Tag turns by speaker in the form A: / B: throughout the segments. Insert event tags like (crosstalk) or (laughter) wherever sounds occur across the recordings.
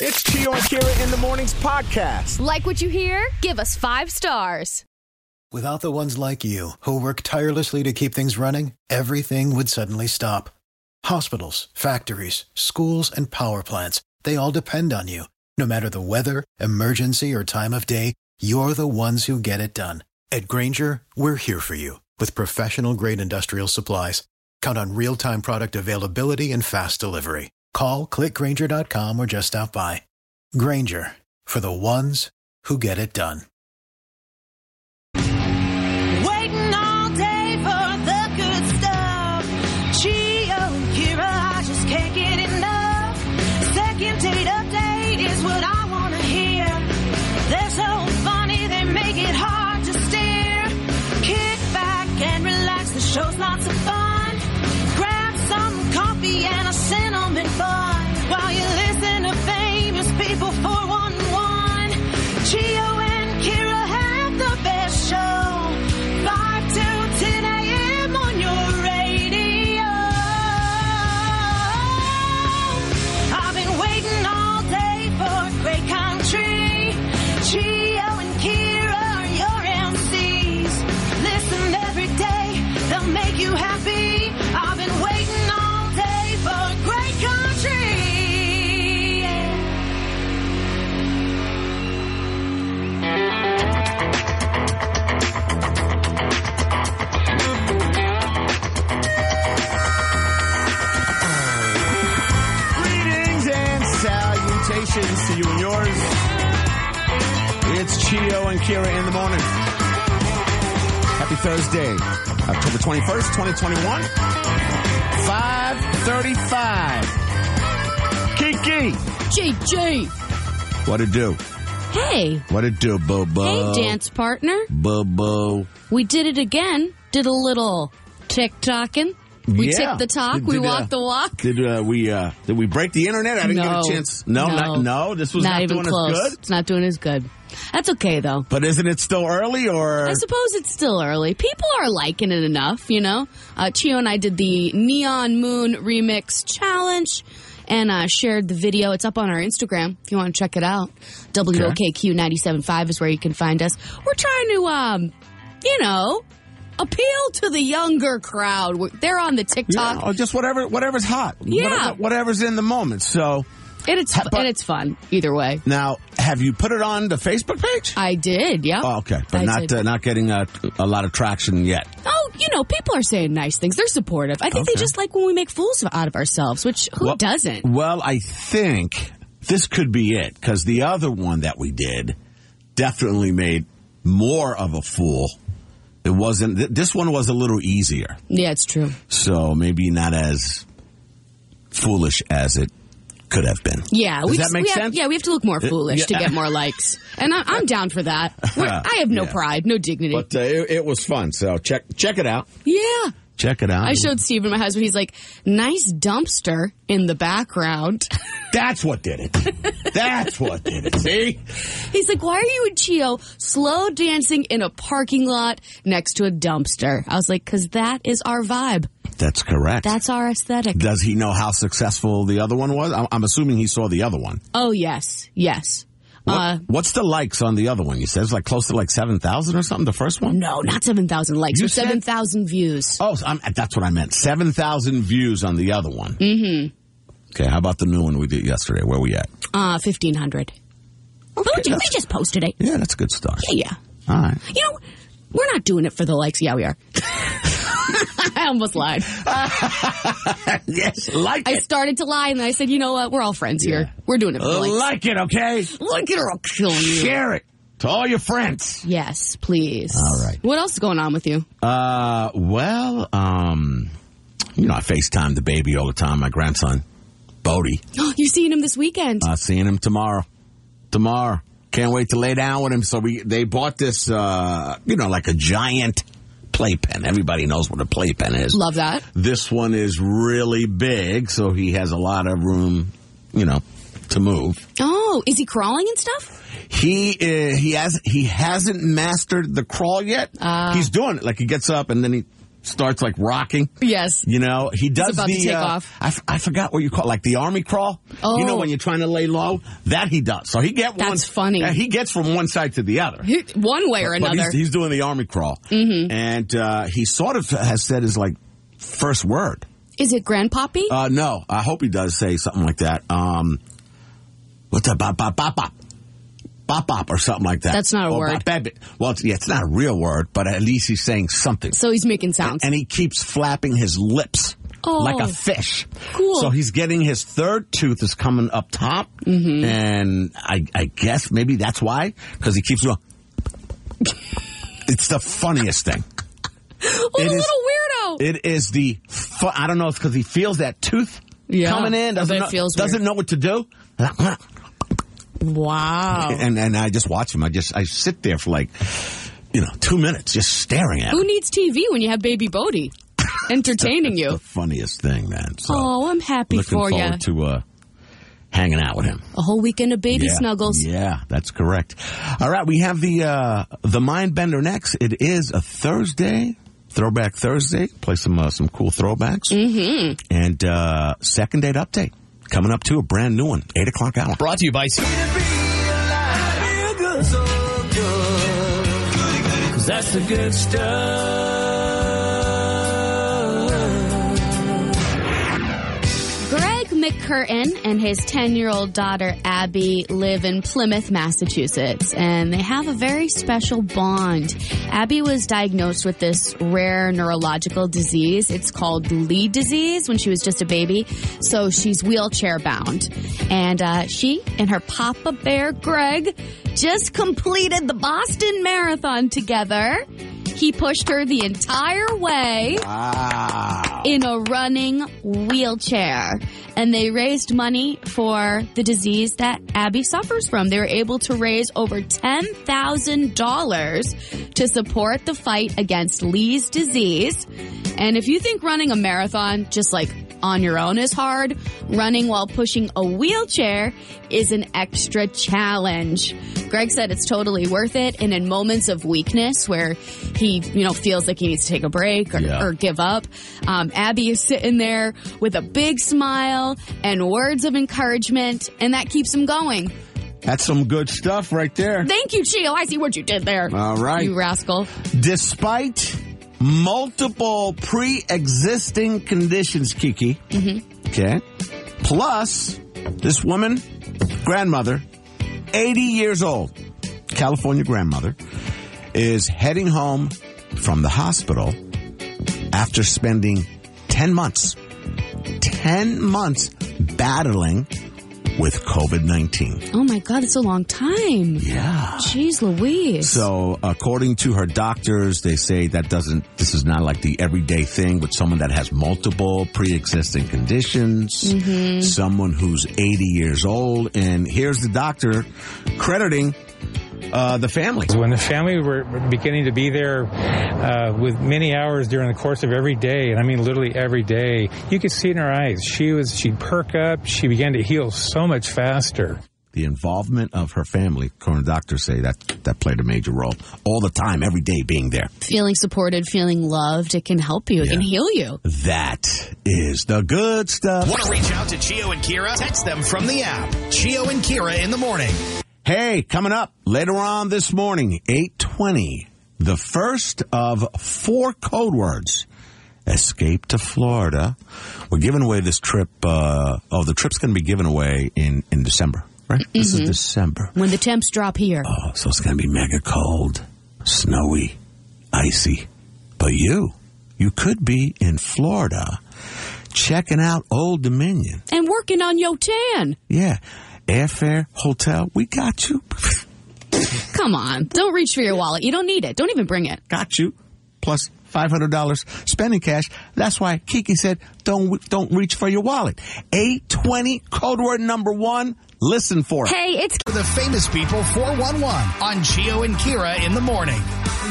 A: It's Chio and Kira in the Mornings podcast.
B: Like what you hear? Give us five stars.
C: Without the ones like you, who work tirelessly to keep things running, everything would suddenly stop. Hospitals, factories, schools, and power plants, they all depend on you. No matter the weather, emergency, or time of day, you're the ones who get it done. At Granger, we're here for you with professional grade industrial supplies. Count on real time product availability and fast delivery. Call clickgranger.com or just stop by. Granger for the ones who get it done.
D: Waiting all day for the good stuff. Gio, Kira, I just can't get enough. Second date update is what I want to hear. They're so funny, they make it hard to steer. Kick back and relax, the show's lots of fun. Grab some coffee and a cinnamon bun while you listen to famous people for one one. Gio and Kira have the best show. 5 till 10 a.m. on your radio. I've been waiting all day for great country. Gio and Kira are your MCs. Listen every day, they'll make you happy. I've been waiting all day for great country. Yeah.
A: Greetings and salutations to you and yours. It's Chio and Kira in the morning. Happy Thursday, October 21st, 2021. 535. Kiki.
E: JJ.
A: What it do?
E: Hey.
A: What it do, boo boo?
E: Hey, dance partner.
A: Boo boo.
E: We did it again. Did a little tick tocking. We
F: Yeah.
E: ticked the talk.
F: Did-
E: we
F: did, uh,
E: walked the walk.
F: Did uh, we? Uh, did we break the internet? I didn't
E: No.
F: get a chance. No,
E: No.
F: Not, no. This was not,
E: not, even
F: doing us
E: close.
F: good.
E: It's not doing as good. That's okay though.
F: But isn't it still early? Or
E: I suppose it's still early. People are liking it enough, you know. Uh, Chio and I did the Neon Moon Remix Challenge and uh, shared the video. It's up on our Instagram if you want to check it out. WOKQ975 is where you can find us. We're trying to, um, you know, appeal to the younger crowd. We're- They're on the TikTok.
F: Yeah, or just whatever, whatever's hot.
E: Uh, Yeah.
F: Whatever- whatever's in the moment. So
E: And it's and it's fun either way.
F: now, have you put it on the Facebook page?
E: I did, yeah.
F: oh, okay, but
E: I
F: not
E: did.
F: uh, not getting a, a lot of traction yet.
E: Oh, you know, people are saying nice things. They're supportive. I think they
F: Okay.
E: just like when we make fools out of ourselves, which who
F: Well-
E: doesn't?
F: Well, I think this could be it because the other one that we did definitely made more of a fool. It wasn't. Th- this one was a little easier.
E: Yeah, it's true.
F: so maybe not as foolish as it could have been.
E: Yeah,
F: does
E: we
F: that
E: just-
F: make
E: we have-
F: sense? Uh,
E: yeah, we have to look more foolish to
F: yeah.
E: get more likes, and I, I'm down
F: (laughs)
E: for that. We're, I have no
F: Yeah.
E: pride, no dignity.
F: But uh, it, it was fun. So check check it out.
E: yeah,
F: Check it out.
E: I showed Steven my husband. He's like, "Nice dumpster in the background." (laughs)
F: That's what did it. That's what did it. See?
E: He's like, "Why are you and Chio slow dancing in a parking lot next to a dumpster?" I was like, "Cause that is our vibe.
F: That's correct.
E: That's our aesthetic."
F: Does he know how successful the other one was? I'm, I'm assuming he saw the other one.
E: oh yes, yes.
F: What-
E: Uh,
F: what's the likes on the other one? You said it's like close to like seven thousand or something. The first one.
E: no, not seven thousand likes.
F: You
E: or
F: said-
E: seven thousand views.
F: Oh, so I'm, that's what I meant. Seven thousand views on the other one. Mm-hmm. Okay. How about the new one we did yesterday? Where we at?
E: Uh, fifteen hundred.
F: Oh,
E: we
F: that's-
E: just posted it.
F: Yeah, that's a good start.
E: Yeah.
F: All right.
E: You know, we're not doing it for the likes. Yeah, we are. (laughs) I almost lied.
F: Yes, like
E: I started to lie, and then I said, you know what? We're all friends here. We're doing it for the likes.
F: Like it, okay?
E: Look at her, I'll kill you.
F: Share it to all your friends.
E: Yes, please.
F: All right.
E: What else is going on with you?
F: Uh, well, um, you know, I FaceTime the baby all the time, my grandson, Bodie.
E: (gasps) You're seeing him this weekend.
F: Uh, seeing him tomorrow. Tomorrow. Can't wait to lay down with him. So we, they bought this, uh, you know, like a giant playpen. Everybody knows what a playpen is.
E: Love that.
F: This one is really big, so he has a lot of room, you know, to move.
E: Oh, is he crawling and stuff?
F: He uh, he has he hasn't mastered the crawl yet. He's doing it like he gets up and then he starts like rocking.
E: Yes.
F: You know, he does
E: about
F: the.
E: to take
F: uh,
E: off.
F: I, f- I forgot what you call it, like the army crawl.
E: Oh.
F: You know when you're trying to lay low, that he does. So he get one.
E: That's funny.
F: Yeah, he gets from one side to the other.
E: He- One way or
F: But
E: another. Mm-hmm.
F: he's, he's doing the army crawl, and uh, he sort of has said his like first word.
E: Is it grandpappy?
F: Uh, no, I hope he does say something like that. Um, what's that? Bop bop bop bop. Bop bop or something like that.
E: That's not a
F: Or bop,
E: word.
F: bop, bop. Well, it's, yeah, it's not a real word, but at least he's saying something.
E: so he's making sounds.
F: and he keeps flapping his lips
E: Oh.
F: like a fish.
E: Cool.
F: So he's getting his third tooth is coming up top, mm-hmm. and I, I guess maybe that's why because he keeps going. it's the funniest thing.
E: what
F: it
E: a
F: is-
E: little weirdo!
F: It is the fu- I don't know. It's because he feels that tooth
E: Yeah.
F: coming in.
E: I bet
F: Doesn't
E: it
F: know,
E: feels weird. Oh.
F: doesn't know what to do.
E: wow.
F: And and I just watch him. I just I sit there for like you know two minutes just staring at
E: Who
F: him.
E: needs TV when you have baby Bodie entertaining you?
F: The funniest thing, man. So
E: (laughs) Oh, I'm happy
F: looking
E: for you.
F: forward to uh, hanging out with him.
E: A whole weekend of baby snuggles.
F: Yeah, that's correct. All right, we have the uh, the Mind Bender next. It is a Thursday, Throwback Thursday. Play some uh, some cool throwbacks. Mm-hmm. And uh, second date update coming up to a brand new one, eight o'clock hour.
G: Brought to you by C- that's the good stuff.
E: Greg McCurtain and his 10 year old daughter Abby live in Plymouth, Massachusetts, and they have a very special bond. Abby was diagnosed with this rare neurological disease. It's called Lee disease when she was just a baby. So she's wheelchair bound. And uh, she and her Papa Bear Greg just completed the Boston Marathon together. He pushed her the entire way
F: Wow.
E: in a running wheelchair. And they raised money for the disease that Abby suffers from. They were able to raise over $10,000 to support the fight against Lee's disease. And if you think running a marathon just like on your own is hard, running while pushing a wheelchair is an extra challenge. Greg said it's totally worth it. And in moments of weakness where he, you know, feels like he needs to take a break or,
F: Yeah.
E: or give up. Um, Abby is sitting there with a big smile and words of encouragement, and that keeps him going.
F: That's some good stuff right there.
E: Thank you, Chio. I see what you did there.
F: All right.
E: You rascal.
F: Despite multiple pre-existing conditions, Kiki. Mm-hmm. Okay. Plus, this woman, grandmother, 80 years old, California grandmother, is heading home from the hospital after spending 10 months, 10 months battling with COVID-19.
E: Oh my God, it's a long time.
F: Yeah.
E: Jeez Louise.
F: So, according to her doctors, they say that doesn't, this is not like the everyday thing with someone that has multiple pre existing conditions, someone who's 80 years old. And here's the doctor crediting uh, the family.
H: When the family were beginning to be there uh, with many hours during the course of every day, and I mean literally every day, you could see in her eyes. She was she'd perk up. She began to heal so much faster.
F: The involvement of her family, current doctors say that that played a major role all the time, every day being there.
E: feeling supported, feeling loved, it can help you, it can
F: Yeah.
E: heal you.
F: That is the good stuff.
G: Want to reach out to Chio and Kira? Text them from the app. Chio and Kira in the morning.
F: Hey, coming up later on this morning, 820, the first of four code words. Escape to Florida. We're giving away this trip. Uh, oh, the trip's going to be given away in, in December, right? This is December.
E: When the temps drop here,
F: Oh, so it's going to be mega cold, snowy, icy. But you, you could be in Florida checking out Old Dominion.
E: and working on your tan.
F: Yeah. Airfare, hotel, we got you.
E: Come on, don't reach for your wallet. You don't need it. Don't even bring it.
F: got you plus $500 spending cash. That's why Kiki said don't don't reach for your wallet. 820 code word number 1. Listen for it.
B: Hey, it's
G: The famous people 411 on Chio and Kira in the morning.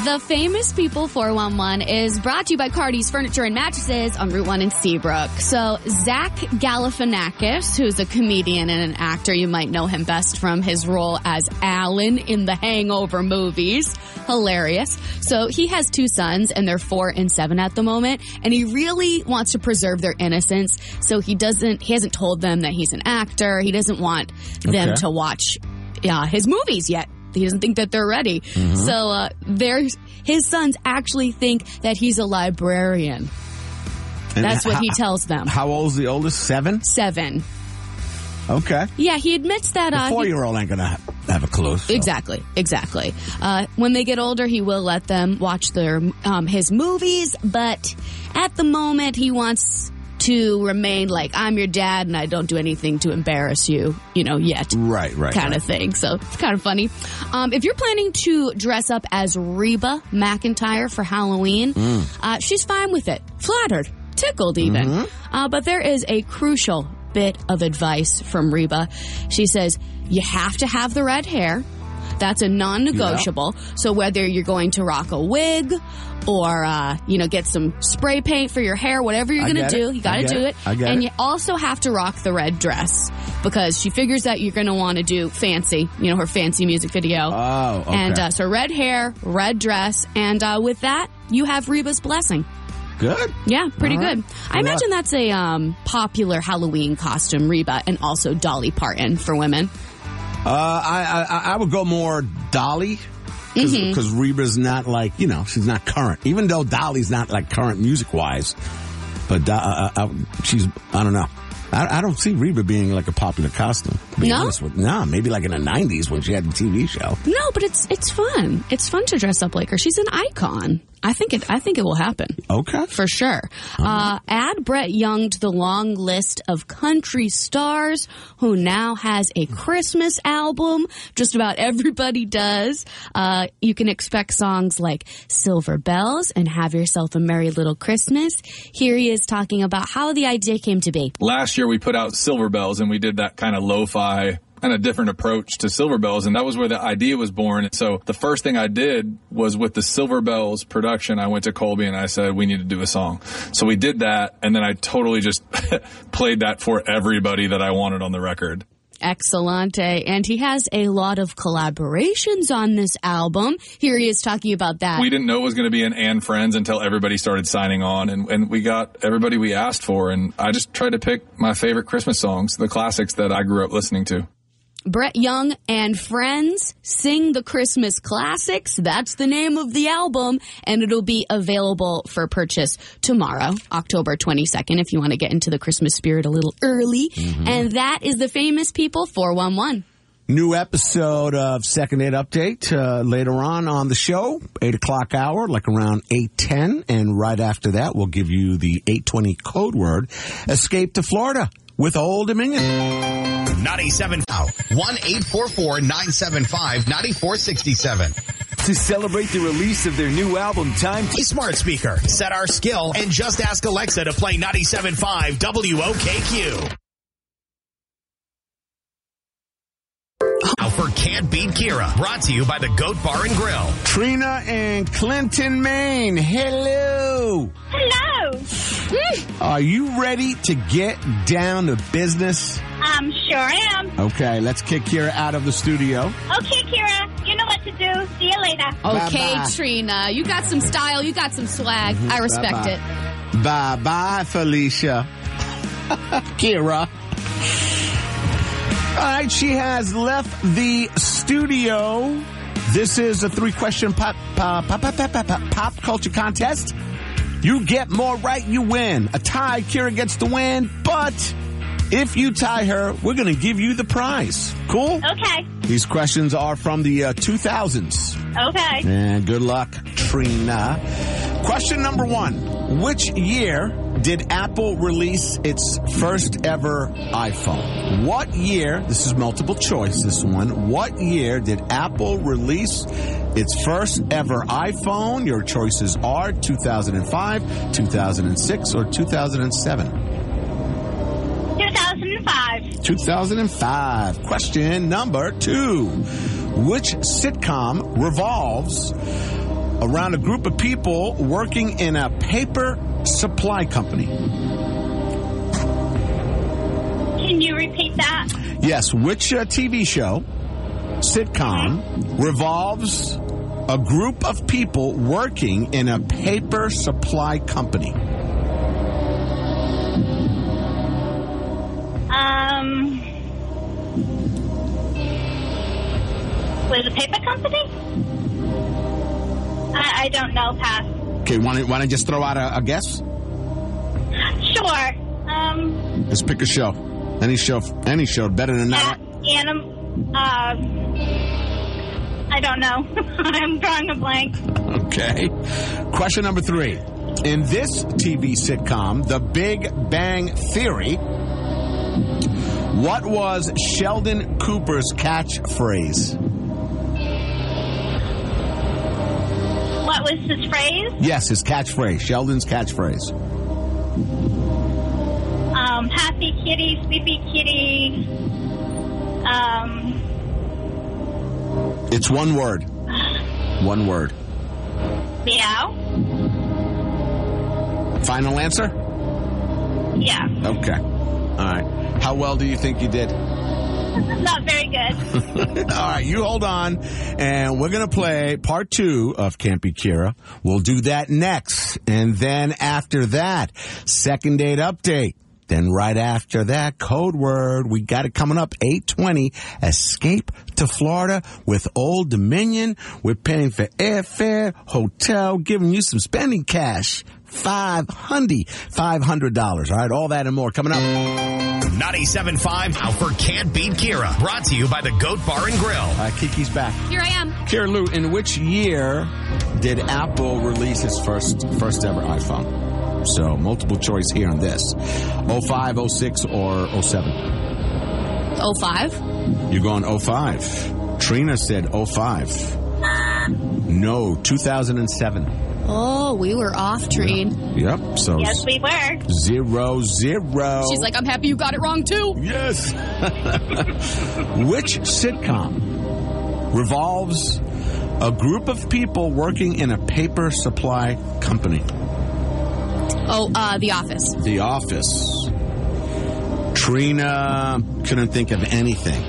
E: The Famous People 411 is brought to you by Cardi's Furniture and Mattresses on Route 1 in Seabrook. So, Zach Galifianakis, who's a comedian and an actor, you might know him best from his role as Alan in the Hangover movies. Hilarious. So, he has two sons, and they're four and seven at the moment, and he really wants to preserve their innocence. So, he doesn't, he hasn't told them that he's an actor. He doesn't want them
F: Okay.
E: to watch uh, his movies yet. He doesn't think that they're ready.
F: Mm-hmm.
E: So uh, there's his sons actually think that he's a librarian.
F: And
E: That's what
F: how-
E: he tells them.
F: How old's the oldest? Seven.
E: Seven.
F: Okay.
E: Yeah, he admits that.
F: The
E: uh, he-
F: four-year-old ain't gonna ha- have a clue. so.
E: Exactly, exactly. Uh, when they get older, he will let them watch their um, his movies, but at the moment, he wants to remain like I'm your dad, and I don't do anything to embarrass you, you know, yet.
F: Right. Right.
E: kind
F: right.
E: of thing. So it's kind of funny. Um, if you're planning to dress up as Reba McIntyre for Halloween,
F: Mm.
E: uh, she's fine with it. Flattered, tickled even.
F: Mm-hmm.
E: Uh, but there is a crucial bit of advice from Reba. She says, you have to have the red hair. That's a non-negotiable. So whether you're going to rock a wig or uh, you know get some spray paint for your hair, whatever you're
F: I
E: going to
F: get
E: do,
F: it.
E: you got
F: I
E: to
F: get
E: do
F: it.
E: it.
F: I get
E: and
F: it.
E: you also have to rock the red dress because she figures that you're going to want to do fancy, you know, her fancy music video.
F: Oh. Okay.
E: And uh, so red hair, red dress, and uh, with that, you have Reba's blessing.
F: good.
E: Yeah, pretty
F: All right.
E: good. I
F: Good
E: imagine that's a um, popular Halloween costume, Reba, and also Dolly Parton for women.
F: Uh, I, I I would go more Dolly because Reba's not like you know she's not current. Even though Dolly's not like current music wise, but Do- uh, uh, uh, she's I don't know. I, I don't see Reba being like a popular costume. to be
E: No?
F: honest with- no, maybe like in the '90s when she had the TV show.
E: No, but it's it's fun. It's fun to dress up like her. She's an icon. I think it. I think it will happen.
F: Okay,
E: for sure. Uh, add Brett Young to the long list of country stars who now has a Christmas album. Just about everybody does. Uh, you can expect songs like Silver Bells and Have Yourself a Merry Little Christmas. Here he is talking about how the idea came to be.
I: last year we put out Silver Bells and we did that kind of lo-fi and a different approach to Silver Bells and that was where the idea was born. So the first thing I did was with the Silver Bells production, I went to Colby and I said, we need to do a song. So we did that and then I totally just (laughs) played that for everybody that I wanted on the record.
E: Excellente. And he has a lot of collaborations on this album. Here he is talking about that.
I: We didn't know it was going to be an and friends until everybody started signing on, and, and we got everybody we asked for. And I just tried to pick my favorite Christmas songs, the classics that I grew up listening to.
E: Brett Young and friends sing the Christmas classics. That's the name of the album, and it'll be available for purchase tomorrow, October 22nd, if you want to get into the Christmas spirit a little early.
F: Mm-hmm.
E: And that is the famous people 411.
F: new episode of Second Aid Update uh, later on on the show, eight o'clock hour, like around eight ten, and right after that, we'll give you the eight twenty code word: escape to Florida with Old Dominion.
G: 97 out. 1-844-975-9467.
J: To celebrate the release of their new album, Time to
G: Hey, smart speaker, set our skill and just ask Alexa to play 97.5 WOKQ. Now for Can't Beat Kira, brought to you by the Goat Bar and Grill.
F: Trina in Clinton, Maine. Hello.
D: Hello.
F: Are you ready to get down to business?
D: Um, sure am.
F: Okay, let's kick Kira out of the studio.
D: Okay, Kira, you know what to do. See you later.
E: Okay,
F: Bye-bye.
E: Trina, you got some style, you got some swag. I respect
F: Mm-hmm. Bye-bye.
E: it.
F: Bye bye, Felicia. (laughs) Kira. All right, she has left the studio. This is a three question pop, pop, pop, pop, pop, pop, pop culture contest. You get more right, you win. A tie, Kira gets the win, but if you tie her, we're going to give you the prize. Cool?
D: Okay.
F: These questions are from the uh, 2000s.
D: Okay.
F: And good luck, Trina. Question number one Which year did Apple release its first ever iPhone? What year, this is multiple choice, this one. What year did Apple release its first ever iPhone? Your choices are 2005, 2006, or 2007.
D: 2005.
F: 2005. Question number two. Which sitcom revolves around a group of people working in a paper supply company.
D: Can you repeat that?
F: Yes, which uh, TV show, sitcom, revolves a group of people working in a paper supply company?
D: Um, was it a paper company? I, I don't know. Pass.
F: Okay, want to want to just throw out a, a guess?
D: Sure. Um,
F: Let's pick a show. Any show, any show better than that.
D: anim. Uh, I don't know. (laughs) I'm drawing a blank.
F: (laughs) Okay. Question number three. In this TV sitcom, The Big Bang Theory, what was Sheldon Cooper's catchphrase?
D: What was his phrase?
F: Yes, his catchphrase. Sheldon's catchphrase.
D: Um, happy kitty, sleepy kitty. Um,
F: It's one word. One word.
D: meow.
F: Final answer?
D: Yeah. (laughs)
F: Okay. All right. How well do you think you did?
D: Not very good.
F: All right, you hold on, and we're going to play part two of Campy Kira. We'll do that next. And then after that, second date update. Then right after that, code word. We got it coming up 820. Escape to Florida with Old Dominion. We're paying for airfare, hotel, giving you some spending cash. Five hundred, five hundred dollars. All right, all that and more coming up.
G: 97.5 Alford Can't Beat Kira. Brought to you by the Goat Bar and Grill.
F: Uh, Kiki's back.
B: Here I am.
F: Kira Lou, in which year did Apple release its first first ever iPhone? So multiple choice here on this. 05, 06, or 07.
E: Oh five.
F: You're going 05. Trina said 05. No, 2007.
E: Oh, we were off train.
F: Yep, so
D: yes, we were.
F: zero, zero.
E: She's like, I'm happy you got it wrong too.
F: Yes. (laughs) Which sitcom revolves a group of people working in a paper supply company?
E: Oh, uh, The Office.
F: The Office. Trina couldn't think of anything.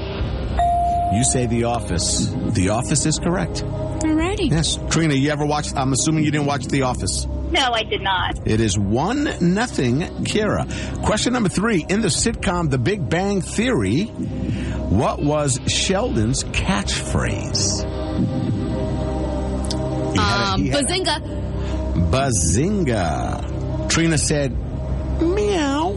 F: You say The Office. The Office is correct.
E: Alrighty.
F: Yes. Trina, you ever watched? I'm assuming you didn't watch The Office.
D: No, I did not.
F: It is one nothing Kira. Question number three. In the sitcom The Big Bang Theory, what was Sheldon's catchphrase? He had a-
E: Um,
F: he had a-
E: Bazinga.
F: Bazinga. Trina said,
D: (laughs)
F: meow.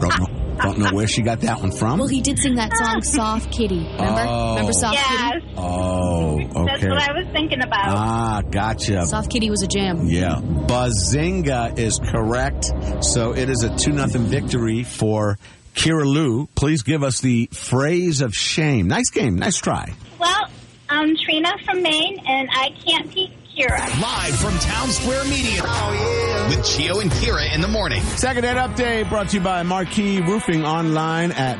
F: don't, know, don't know where she got that one
E: Well,
F: from.
E: he did sing that
F: (laughs)
E: song, Soft Kitty. Remember?
F: Oh.
E: Remember Soft
D: Yes,
E: Kitty?
F: Oh,
D: that's
F: okay.
D: what I was thinking about.
F: Ah, gotcha.
E: Soft Kitty was a jam.
F: Yeah. Bazinga is correct. So it is a 2 nothing victory for Kira Lou. Please give us the phrase of shame. Nice game. Nice try.
D: Well, I'm Trina from Maine, and I can't beat Kira.
G: Live from Town Square Media. With Gio and Kira in the morning.
F: Second Ed Update brought to you by Marquee Roofing online at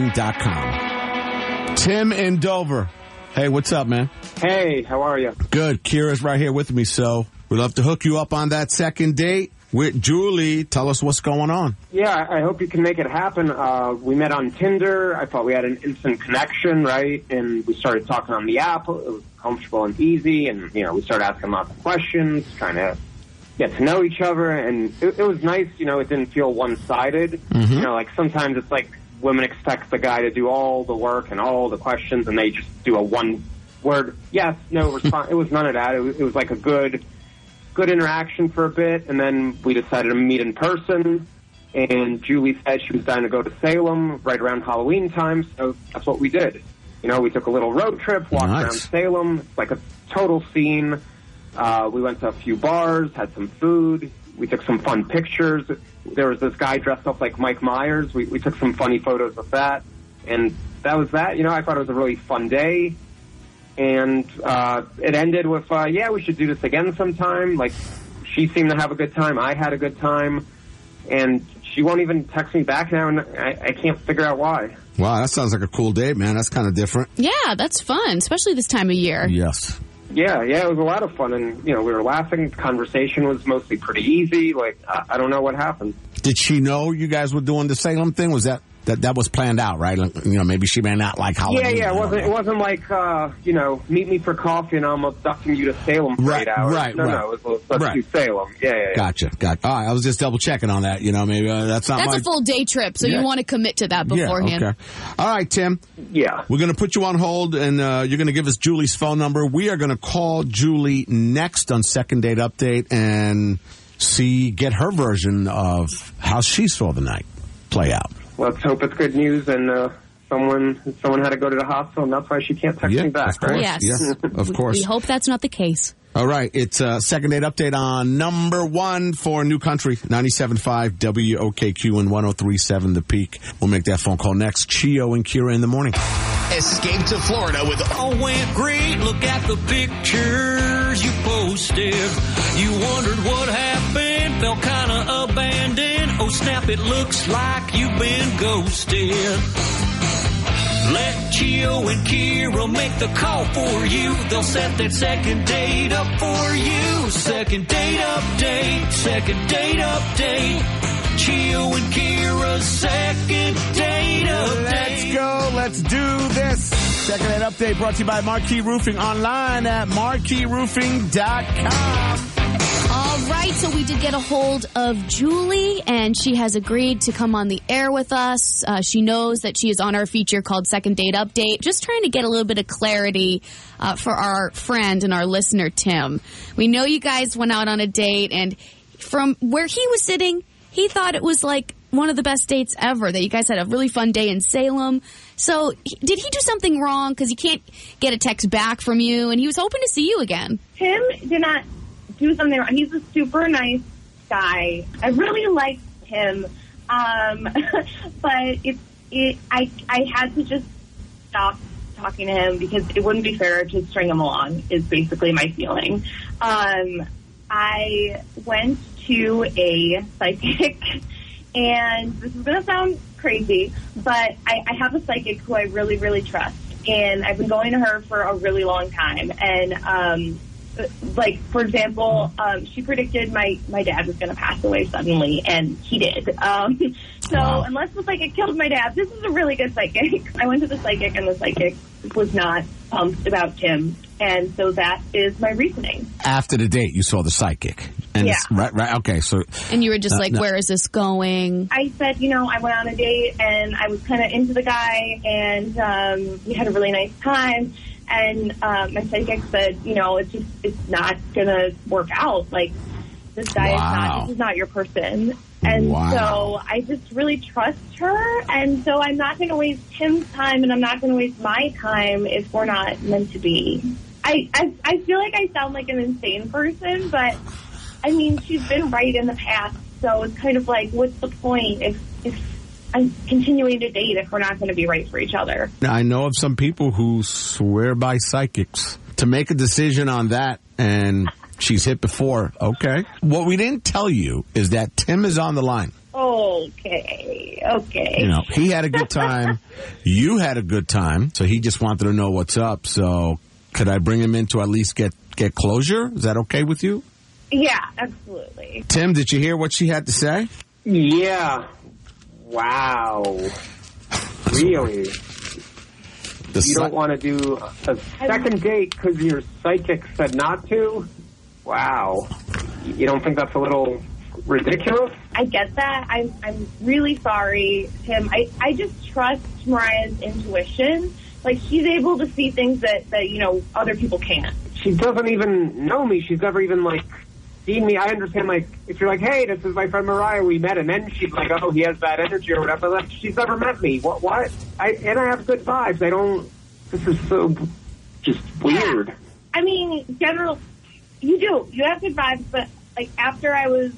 F: marqueeroofing.com. Tim in Dover. Hey, what's up, man?
K: Hey, how are you?
F: Good. Kira's right here with me, so we'd love to hook you up on that second date with Julie. Tell us what's going on.
K: Yeah, I hope you can make it happen. Uh, we met on Tinder. I thought we had an instant connection, right? And we started talking on the app. It was comfortable and easy. And, you know, we started asking lots of questions, trying to get to know each other. And it, it was nice, you know, it didn't feel one sided. You know, like sometimes it's like women expect the guy to do all the work and all the questions, and they just do a one word yes, no response. it was none of that. It was, it was like a good good interaction for a bit, and then we decided to meet in person. And Julie said she was dying to go to Salem right around Halloween time, so that's what we did. You know, we took a little road trip, walked
F: Nice.
K: around Salem. It's like a total scene. Uh, we went to a few bars, had some food. We took some fun pictures. There was this guy dressed up like Mike Myers. We, we took some funny photos of that. And that was that. You know, I thought it was a really fun day and uh, it ended with, uh, "Yeah, we should do this again sometime." Like, she seemed to have a good time. I had a good time, and she won't even text me back now, and I, I can't figure out why.
F: Wow, that sounds like a cool date, man. That's kind of different.
E: Yeah, that's fun, especially this time of year.
F: Yes.
K: Yeah, yeah, it was a lot of fun, and you know, we were laughing. Conversation was mostly pretty easy. Like, I, I don't know what happened.
F: Did she know you guys were doing the Salem thing? Was that that that was planned out, right? Like, you know, maybe she may not like Halloween.
K: yeah, yeah, it wasn't. It wasn't like uh, you know, meet me for coffee, and I'm abducting you to Salem for
F: Right,
K: eight hours.
F: right,
K: no,
F: right.
K: no, it was, let's
F: Right.
K: do Salem. Yeah, yeah, yeah.
F: Gotcha, gotcha. All right, I was just double checking on that. You know, maybe uh, that's not
E: That's
F: my
E: a full day trip, so
F: Yeah.
E: you want to commit to that beforehand.
F: Yeah, okay. All right, Tim.
K: Yeah.
F: We're going to put you on hold, and uh, you're going to give us Julie's phone number. We are going to call Julie next on Second Date Update and see, get her version of how she saw the night play out.
K: Let's hope it's good news, and uh, someone someone had to go to the hospital, and that's why she can't text me back.
F: of course.
K: Right?
E: Yes.
F: Yes, of
E: We-
F: course.
E: We hope that's not the case.
F: All right, it's uh, second date update on number one for New Country, 97.5 WOKQ and 103.7 The Peak. We'll make that phone call next. Chio and Kira in the morning.
G: Escape to Florida with
L: All went great. Look at the pictures you posted. You wondered what happened. Felt kind of abandoned. Oh snap! It looks like you've been ghosted. Let Chio and Kira make the call for you. They'll set that second date up for you. Second date update. Second date update. Chio and Kira's second date update.
F: Let's go. Let's do this. Second Ed Update brought to you by Marquee Roofing online at marqueeroofing.com.
E: All right, so we did get a hold of Julie, and she has agreed to come on the air with us. Uh, she knows that she is on our feature called Second Date Update, just trying to get a little bit of clarity uh, for our friend and our listener, Tim. We know you guys went out on a date, and from where he was sitting, he thought it was like one of the best dates ever, that you guys had a really fun day in Salem. So, he- did he do something wrong? Because he can't get a text back from you, and he was hoping to see you again.
D: Tim did not do something wrong. He's a super nice guy. I really liked him, um, (laughs) but it's it. I I had to just stop talking to him because it wouldn't be fair to string him along. Is basically my feeling. Um, I went to a psychic, (laughs) and this is going to sound crazy, but I, I have a psychic who I really really trust, and I've been going to her for a really long time, and um, like for example, um, she predicted my my dad was going to pass away suddenly, and he did. Um, (laughs) so unless the psychic (laughs) killed my dad, this is a really good psychic. (laughs) I went to the psychic, and the psychic was not pumped about Tim, and so that is my reasoning.
F: After the date, you saw the psychic. And it's- right, right. Okay, so.
E: And you were just
F: Uh,
E: like,
F: no.
E: where is this going?
D: I said, you know, I went on a date and I was kind of into the guy and um, we had a really nice time. And uh, my psychic said, you know, it's just, it's not going to work out. Like, this guy is not,
F: Wow.
D: this is not your person. And
F: Wow.
D: so I just really trust her. And so I'm not going to waste Tim's time and I'm not going to waste my time if we're not meant to be. I, I, I feel like I sound like an insane person, but I mean, she's been right in the past, so it's kind of like, what's the point if, if I'm continuing to date if we're not going to be right for each other?
F: I know of some people who swear by psychics. To make a decision on that, and she's hit before, okay. What we didn't tell you is that Tim is on the line.
D: Okay, okay.
F: You know, he had a good time. you had a good time. So he just wanted to know what's up. So could I bring him in to at least get, get closure? Is that okay with you?
D: Yeah, absolutely.
F: Tim, did you hear what she had to say?
K: Yeah. Wow. Really?
F: The
K: you
F: psy-
K: don't want to do a second date because your psychic said not to? Wow. You don't think that's a little ridiculous?
D: I get that. I'm, I'm really sorry, Tim. I, I just trust Mariah's intuition. Like, she's able to see things that, that, you know, other people can't.
K: She doesn't even know me. She's never even, like, seen me. I understand, like, if you're like, hey, this is my friend Mariah, we met, and then she's like, oh, he has bad energy or whatever. Like, she's never met me. What? What? I, and I have good vibes. I don't. This is so just weird.
D: I mean, general, you do. You have good vibes, but like after I was,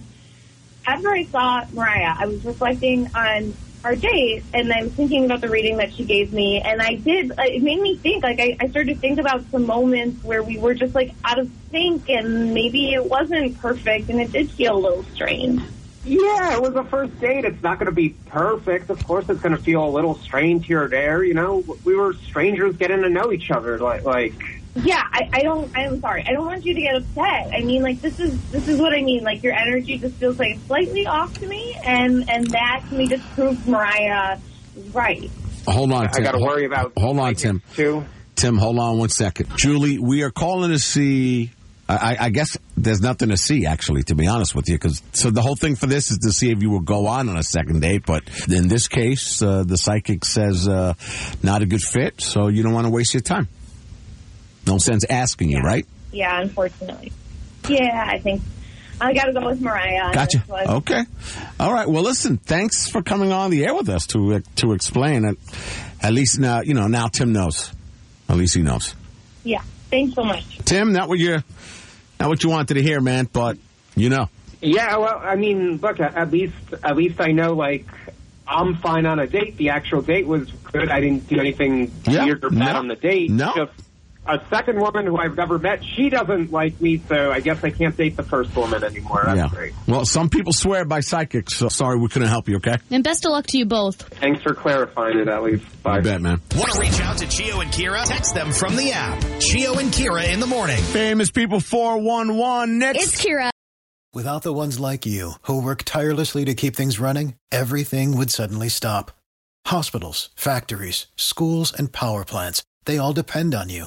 D: after I saw Mariah, I was reflecting on our date, and I was thinking about the reading that she gave me, and I did. uh, It made me think. Like I, I started to think about some moments where we were just like out of sync, and maybe it wasn't perfect, and it did feel a little strange.
K: Yeah, it was a first date. It's not going to be perfect. Of course, it's going to feel a little strange here or there. You know, we were strangers getting to know each other. Like, like
D: yeah, I, I don't. I'm sorry. I don't want you to get upset. I mean, like this is this is what I mean. Like your energy just feels like slightly off to me, and and that to me just proves Mariah is right.
F: Hold on,
D: I
F: Tim.
D: gotta
F: Hold-
D: worry about-
F: Hold on, Tim. Tim, hold on one second. Julie, we are calling to see. I, I- I guess there's nothing to see, actually, to be honest with you. Because so the whole thing for this is to see if you will go on on a second date. But in this case, uh, the psychic says uh, not a good fit, so you don't want to waste your time. No sense asking you, right?
D: Yeah, unfortunately. Yeah, I think I gotta go with Mariah. on
F: Gotcha. Oh.
D: this one.
F: Okay. All right. Well, listen. Thanks for coming on the air with us to uh, to explain it. At least now you know. Now Tim knows. At least he knows.
D: Yeah. Thanks so much.
F: Tim, not what you not what you wanted to hear, man. But you know.
K: Yeah, well, I mean, look, at at least at least I know like I'm fine on a date. The actual date was good. I didn't do anything weird or bad on the date. No. Just a second woman who I've never met, she doesn't like me, so I guess I can't date the first woman anymore. That's
F: yeah.
K: great.
F: Well, some people swear by psychics. So sorry, we couldn't help you. Okay.
E: And best of luck to you both.
K: Thanks for clarifying it at least. Bye.
F: bet, man.
G: Want to reach out to Chio and Kira? Text them from the app. Chio and Kira in the morning.
F: Famous people four one one next.
B: It's Kira.
C: Without the ones like you, who work tirelessly to keep things running, everything would suddenly stop. Hospitals, factories, schools, and power plants, they all depend on you.